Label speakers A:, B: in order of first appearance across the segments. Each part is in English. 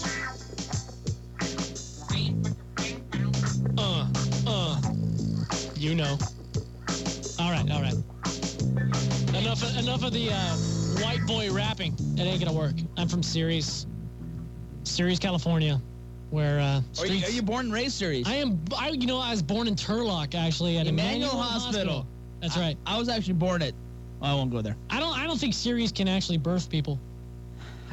A: Uh, You know. All right, all right. Enough, enough of the uh, white boy rapping. It ain't gonna work. I'm from Ceres, Ceres, California, where uh,
B: Are you,
A: streets.
B: are you born and raised Ceres?
A: I am. I you know I was born in Turlock actually at
B: Emmanuel
A: Emmanuel,
B: Hospital.
A: That's
B: I-
A: right.
B: I, was actually born at. I won't go there.
A: I don't. I don't think Ceres can actually birth people.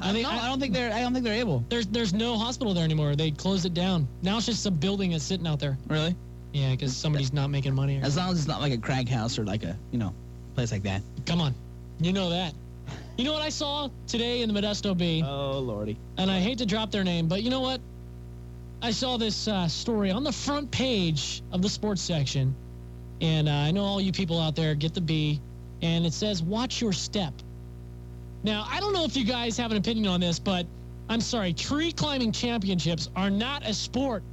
A: I
B: I,
A: think-
B: no,
A: I-
B: I, don't think they're. I don't think they're able.
A: There's there's no hospital there anymore. They closed it down. Now it's just a building that's sitting out there.
B: Really?
A: Yeah, because somebody's not making money.
B: As long as it's not like a crack house or like a you know place like that.
A: Come on, you know that. You know what I saw today in the Modesto Bee,
B: Oh lordy.
A: and I hate to drop their name, but you know what? I saw this uh, story on the front page of the sports section, and uh, I know all you people out there get the bee, and it says watch your step. Now I don't know if you guys have an opinion on this, but I'm sorry, tree climbing championships are not a sport.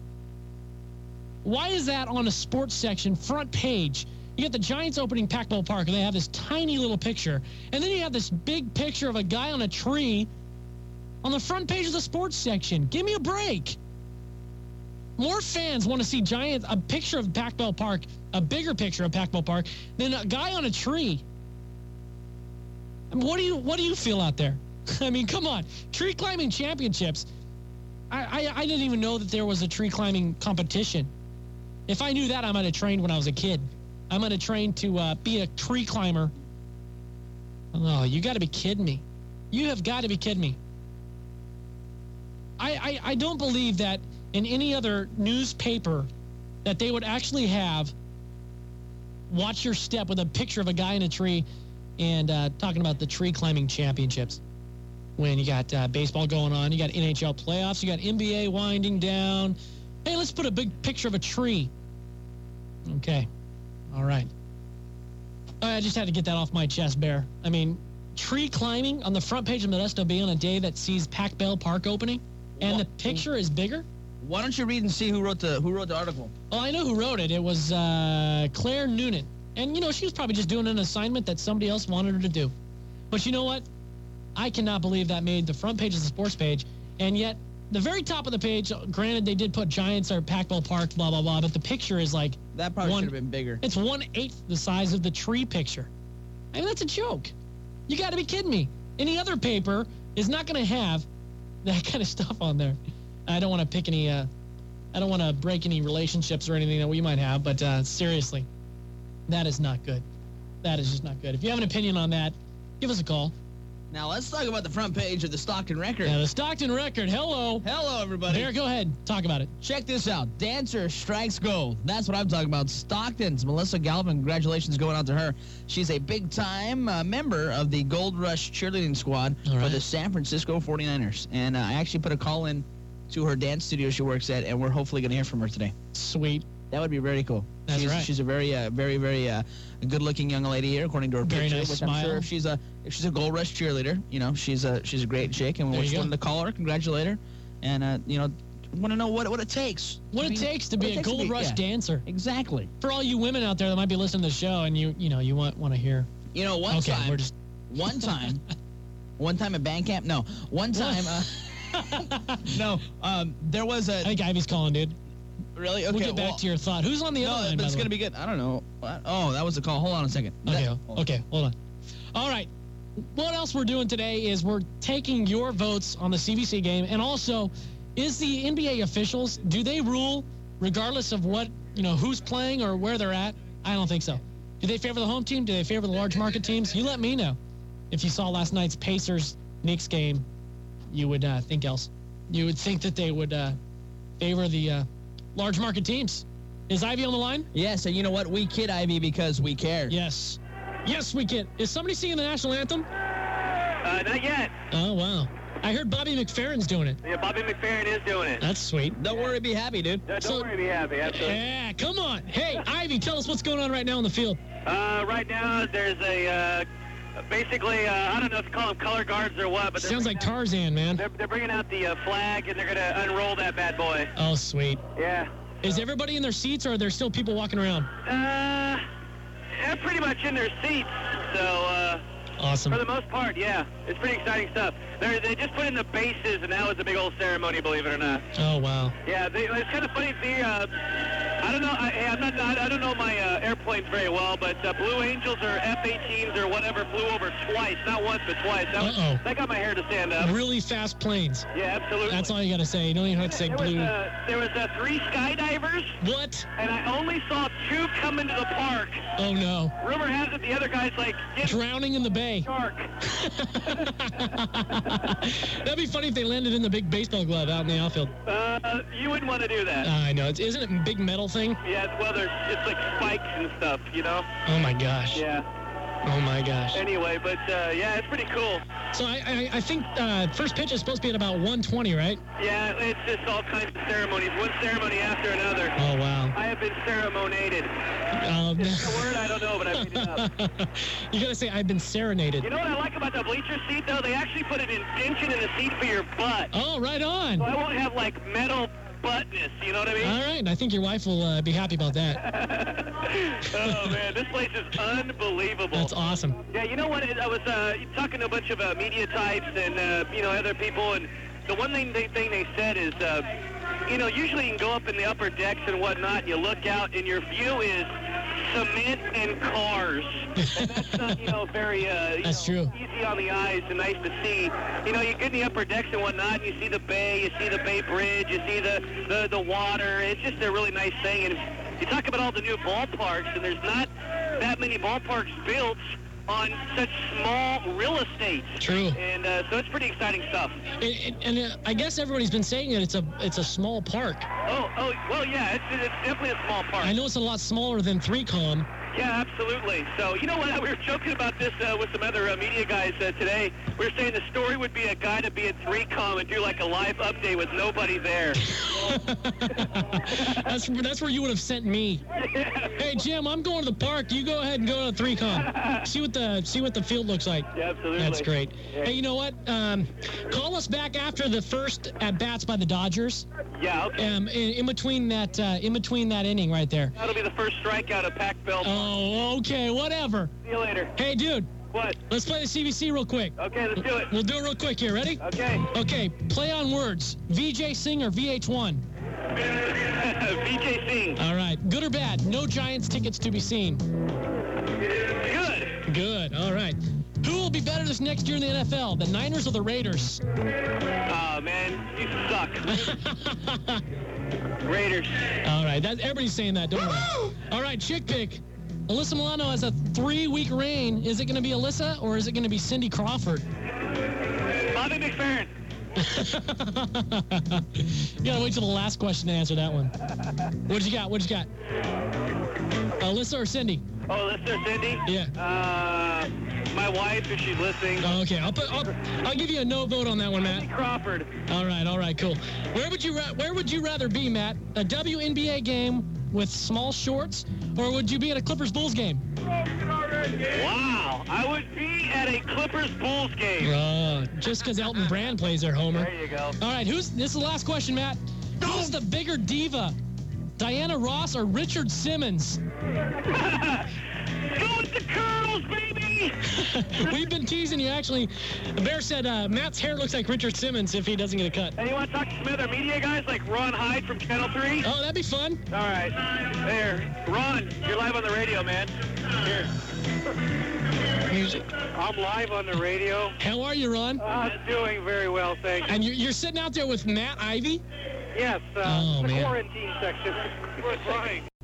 A: Why is that on a sports section front page? You got the Giants opening Pac-Bell Park, and they have this tiny little picture, and then you have this big picture of a guy on a tree on the front page of the sports section. Give me a break. More fans want to see Giants a picture of Pac-Bell Park, a bigger picture of Pac-Bell Park, than a guy on a tree. I mean, what do you what do you feel out there? I mean, come on, tree climbing championships. I, I I didn't even know that there was a tree climbing competition. If I knew that, I might have trained when I was a kid. I might have trained to uh, be a tree climber. Oh, you got to be kidding me! You have got to be kidding me! I, I, I don't believe that in any other newspaper that they would actually have watch your step with a picture of a guy in a tree and uh, talking about the tree climbing championships when you got uh, baseball going on you got nhl playoffs you got nba winding down hey let's put a big picture of a tree okay all right Uh, i just had to get that off my chest bear i mean tree climbing on the front page of modesto bay on a day that sees pac bell park opening and the
B: Wha-
A: picture is bigger
B: Why don't you read and see who wrote the who wrote the article?
A: well, I know who wrote it. It was uh, Claire Noonan. And, you know, she was probably just doing an assignment that somebody else wanted her to do. But you know what? I cannot believe that made the front page of the sports page. And yet, the very top of the page, granted, they did put Giants or Pac Bell Park, blah, blah, blah. But the picture is like,
B: That probably
A: One-
B: should have been bigger.
A: it's one eighth the size of the tree picture. I mean, that's a joke. You got to be kidding me. Any other paper is not going to have that kind of stuff on there. I don't want to pick any. Uh, I don't want to break any relationships or anything that we might have. But uh, seriously, that is not good. That is just not good. If you have an opinion on that, give us a call.
B: Now let's talk about the front page of the Stockton Record.
A: Now, the Stockton record. Hello.
B: Hello everybody.
A: Here, go ahead. Talk about it.
B: Check this out. Dancer strikes gold. That's what I'm talking about. Stockton's Melissa Galvin. Congratulations going out to her. She's a big time uh, member of the Gold Rush cheerleading squad
A: All
B: for
A: right.
B: the San Francisco 49ers. And uh, I actually put a call in to her dance studio she works at, and we're hopefully going to hear from her today.
A: Sweet.
B: That would be very cool.
A: That's
B: she's,
A: right.
B: She's a very, uh, very, very uh, good-looking young lady here, according to her
A: Very
B: picture.
A: nice
B: which
A: smile.
B: I'm sure if she's a if she's a Gold Rush cheerleader, you know, she's a she's a great chick, and we
A: There you
B: just
A: go.
B: wanted to call her, congratulate her, and uh, you know, want to know what what it takes.
A: What
B: I
A: it
B: mean,
A: takes to
B: what it
A: be a
B: takes to
A: Gold
B: be-
A: Rush
B: yeah.
A: dancer.
B: Exactly.
A: For all you women out there that might be listening to the show and you, you know, you want want to hear.
B: You know, one
A: okay,
B: time,
A: we're just
B: one time, one time at band camp. No, one time. Uh, no, um, there was
A: I
B: a
A: think Ivy's calling, dude.
B: really okay.
A: we'll get back
B: well,
A: to your thought. Who's on the
B: No,
A: other line?
B: but
A: by
B: it's
A: the
B: gonna
A: way?
B: be good. I don't know. What? Oh, that was a call. Hold on a second.
A: Okay,
B: That-
A: okay, hold on. All right. What else we're doing today is we're taking your votes on the CBC game, and also, is the NBA officials do they rule regardless of what you know who's playing or where they're at? I don't think so. Do they favor the home team? Do they favor the large market teams? You let me know. If you saw last night's Pacers Knicks game, you would uh, think else. You would think that they would uh, favor the uh, large market teams. Is Ivy on the line?
B: Yes, and you know what? We kid Ivy because we care.
A: Yes. Yes, we can. Is somebody singing the national anthem?
C: Uh, not yet.
A: Oh, wow. I heard Bobby McFerrin's doing it.
C: Yeah, Bobby McFerrin is doing it.
A: That's sweet.
B: Don't worry, be happy, dude.
C: Uh, don't
A: so-
C: worry, be happy. Absolutely.
A: Yeah, come on. Hey, Ivy, tell us what's going on right now in the field.
C: Uh, right now, there's a uh, basically uh, I don't know if you call them color guards or what, but they're
A: Sounds like
C: bringing out-
A: Tarzan, man.
C: they're, they're bringing out the uh, flag and they're gonna unroll that bad boy.
A: Oh, sweet.
C: Yeah.
A: Is everybody in their seats or are there still people walking around?
C: Uh, they're pretty much in their seats. So uh, for
A: Awesome.
C: the most part, yeah, it's pretty exciting stuff. They they just put in the bases and that was a big old ceremony, believe it or not.
A: Oh, wow.
C: Yeah, they, it's kind of funny. The uh, I don't know. I, hey, I'm not. I, I don't know my uh, airplanes very well, but uh, Blue Angels or F-18s or whatever flew over twice, not once but twice. That, was,
A: Uh-oh.
C: that got my hair to stand up.
A: Really fast planes.
C: Yeah, absolutely.
A: That's all you got to say. You don't even have to say
C: there was
A: blue.
C: uh, there was uh, three skydivers,
A: What?
C: and I only saw two come into the park.
A: Oh no.
C: Rumor has it the other guy's like get
A: Drowning in the bay.
C: shark.
A: That'd be funny if they landed in the big baseball glove out in the outfield. Uh,
C: Uh, you wouldn't want to do that.
A: I know. It's, isn't it a big metal thing?
C: Yeah, it's well, there's it's like spikes and stuff, you know.
A: Oh my gosh.
C: Yeah.
A: Oh my gosh.
C: Anyway, but uh, yeah, it's pretty cool.
A: So I, I, I think uh, first pitch is supposed to be at about 120, right?
C: Yeah, it's just all kinds of ceremonies, one ceremony after another.
A: Oh wow.
C: I have been ceremonated.
A: Um,
C: It's a word I don't know, but I made it up.
A: you gotta say I've been serenaded.
C: You know what I like about the bleacher seat though? They actually put an indention in the seat for your butt,
A: Oh, right on.
C: so
A: All
C: I won't have like metal buttness. You know what I mean?
A: right. I think your wife will uh, be happy about that.
C: oh man, this place is unbelievable.
A: That's awesome.
C: Yeah, you know what? I was uh, talking to a bunch of uh, media types and uh, you know other people, and the one thing they, thing they said is, uh, you know, usually you can go up in the upper decks and whatnot, and you look out, and your view is cement and cars. And that's not you know very uh, you
A: That's
C: know,
A: true.
C: easy on the eyes and nice to see. You know, you get in the upper decks and whatnot, and you see the bay, you see the Bay Bridge, you see the the, the water. It's just a really nice thing. And you talk about all the new ballparks, and there's not that many ballparks built on such small real estate.
A: True.
C: And uh, so it's pretty exciting stuff.
A: It, it, and uh, I guess everybody's been saying it. It's a it's a small park.
C: Oh, oh, well, yeah, it's, it's definitely a small park.
A: I know it's a lot smaller than three com.
C: Yeah, absolutely. So, you know what? We were joking about this uh, with some other uh, media guys uh, today. We were saying the story would be a guy to be at 3Com and do like a live update with nobody there.
A: That's that's where you would have sent me. Hey Jim, I'm going to the park. You go ahead and go to three com. See what the see what the field looks like.
C: Yeah, absolutely.
A: That's great. Hey, you know what? Um, call us back after the first at bats by the Dodgers.
C: Yeah, okay.
A: Um, in, in between that uh, in between that inning right there.
C: That'll be the first strikeout of Pac Bell.
A: Oh, okay, whatever.
C: See you later.
A: Hey, dude,
C: What?
A: let's play the CBC real quick.
C: Okay, let's do it.
A: We'll do it real quick here. Ready?
C: Okay.
A: Okay, play on words. VJ Singh or VH1?
C: VJ Singh.
A: All right. Good or bad? No Giants tickets to be seen.
C: Good.
A: Good. All right. Who will be better this next year in the NFL, the Niners or the Raiders?
C: Oh, man, you suck. Raiders.
A: All right, that, everybody's saying that, don't worry. All right, chick pick. Alyssa Milano has a three-week reign. Is it going to be Alyssa or is it going to be Cindy Crawford?
C: Bobby McFerrin.
A: You gotta wait till the last question to answer that one. What you got? What you got? Alyssa or Cindy?
C: Oh, listener Cindy?
A: Yeah.
C: Uh, my wife, if she's listening.
A: Oh, okay, I'll put. I'll, I'll give you a no vote on that one, Matt.
C: Crawford.
A: All right, all right, cool. Where would you ra- Where would you rather be, Matt? A WNBA game with small shorts, or would you be at a Clippers Bulls game?
C: Wow, I would be at a Clippers Bulls game.
A: Uh, just because Elton Brand plays there, Homer.
C: There you go.
A: All right, who's this is the last question, Matt? Who's the bigger diva, Diana Ross or Richard Simmons?
C: Go with the curls, baby!
A: We've been teasing you actually. Bear said uh, Matt's hair looks like Richard Simmons if he doesn't get a cut.
C: And you want to talk to some other media guys like Ron Hyde from Channel 3?
A: Oh, that'd be fun.
C: All right. There. Ron, you're live on the radio, man. Here.
A: Music.
C: I'm live on the radio.
A: How are you, Ron?
C: I'm doing very well, thank you.
A: And you're, you're sitting out there with Matt Ivy.
C: Yes, uh,
A: Oh,
C: the
A: man.
C: quarantine section.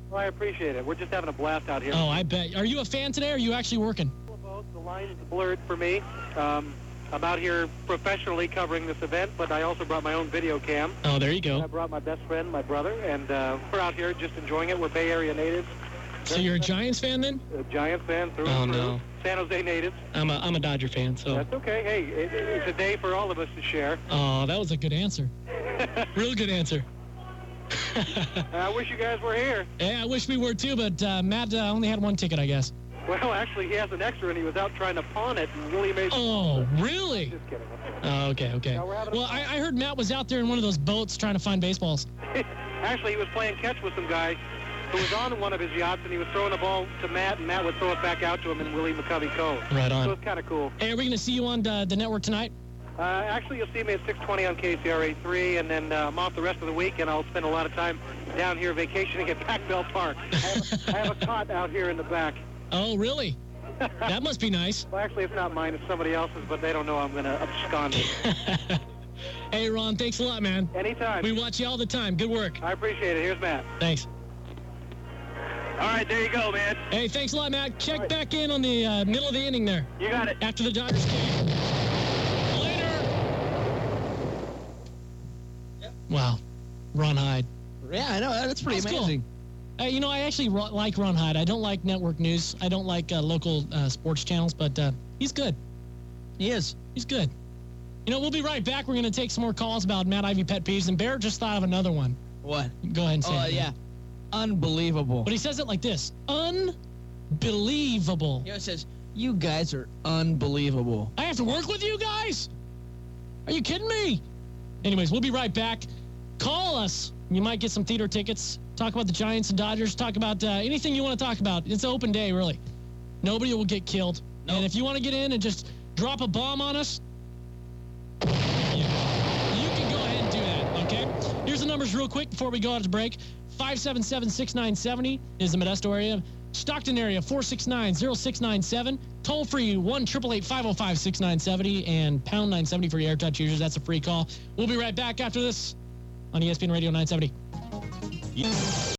C: Well, I appreciate it. We're just having a blast out here.
A: Oh, I bet. Are you a fan today? Or are you actually working?
C: both. The line is blurred for me. Um, I'm out here professionally covering this event, but I also brought my own video cam.
A: Oh, there you
C: I
A: go.
C: brought my best friend, my brother, and uh, we're out here just enjoying it. We're Bay Area natives,
A: So you're a Giants fan then?
C: a Giant fan through
A: Oh,
C: and through,
A: no. Oh.
C: San Jose natives.
A: I'm a I'm a Dodger fan. So
C: That's okay. Hey, it, it's a day for all of us to share.
A: oh, that was a good answer. Real good answer.
C: I wish you guys were here.
A: Yeah, I wish we were too, but uh, Matt uh, only had one ticket, I guess.
C: Well, actually, he has an extra, and he was out trying to pawn it, and really made.
A: Oh, really?
C: Just kidding.
A: Oh, okay, okay.
C: Yeah, we're having a-
A: Well, I, I heard Matt was out there in one of those boats trying to find baseballs.
C: Actually, he was playing catch with some guy who was on one of his yachts, and he was throwing a ball to Matt, and Matt would throw it back out to him, and Willie McCovey Cove.
A: Right
C: So
A: on.
C: it's kind of cool.
A: Hey, are we going to see you on the, the uh, network tonight?
C: Uh, actually, you'll see me at 6:20 on KCRA3, and then uh, I'm off the rest of the week, and I'll spend a lot of time down here vacationing at Pac Bell Park. I have, I have a cot out here in the back.
A: Oh, really? That must be nice.
C: Well, actually, it's not mine; it's somebody else's, but they don't know I'm going to abscond it.
A: hey, Ron, thanks a lot, man.
C: Anytime.
A: We watch you all the time. Good work.
C: I appreciate it. Here's Matt.
A: Thanks.
C: All right, there you go, man.
A: Hey, thanks a lot, Matt. Check back in on the uh, middle of the inning there
C: You got it.
A: after the Dodgers game. Later. Wow. Ron Hyde.
B: Yeah, I know. That's pretty
A: That's cool.
B: amazing.
A: Uh, you know, I actually ro- like Ron Hyde. I don't like network news. I don't like uh, local uh, sports channels, but uh, he's good.
B: He is.
A: He's good. You know, we'll be right back. We're going to take some more calls about Matt Ivy pet peeves. And Bear just thought of another one.
B: What?
A: Go ahead and say
B: Oh,
A: it.
B: yeah. Unbelievable.
A: But he says it like this Unbelievable.
B: You know, it says, you guys are unbelievable.
A: I have to work with you guys? Are you kidding me? Anyways, we'll be right back. Call us. You might get some theater tickets. Talk about the Giants and Dodgers. Talk about uh, anything you want to talk about. It's an open day, really. Nobody will get killed.
B: Nope.
A: And if you want to get in and just drop a bomb on us, you can go ahead and do that, okay? Here's the numbers real quick before we go out to break. 577-6970 is the Modesto area. Stockton area, 469-0697. Toll free, 1-888-505-6970 and pound 970 for your AirTouch users. That's a E free call. We'll be right back after this on ESPN Radio 970.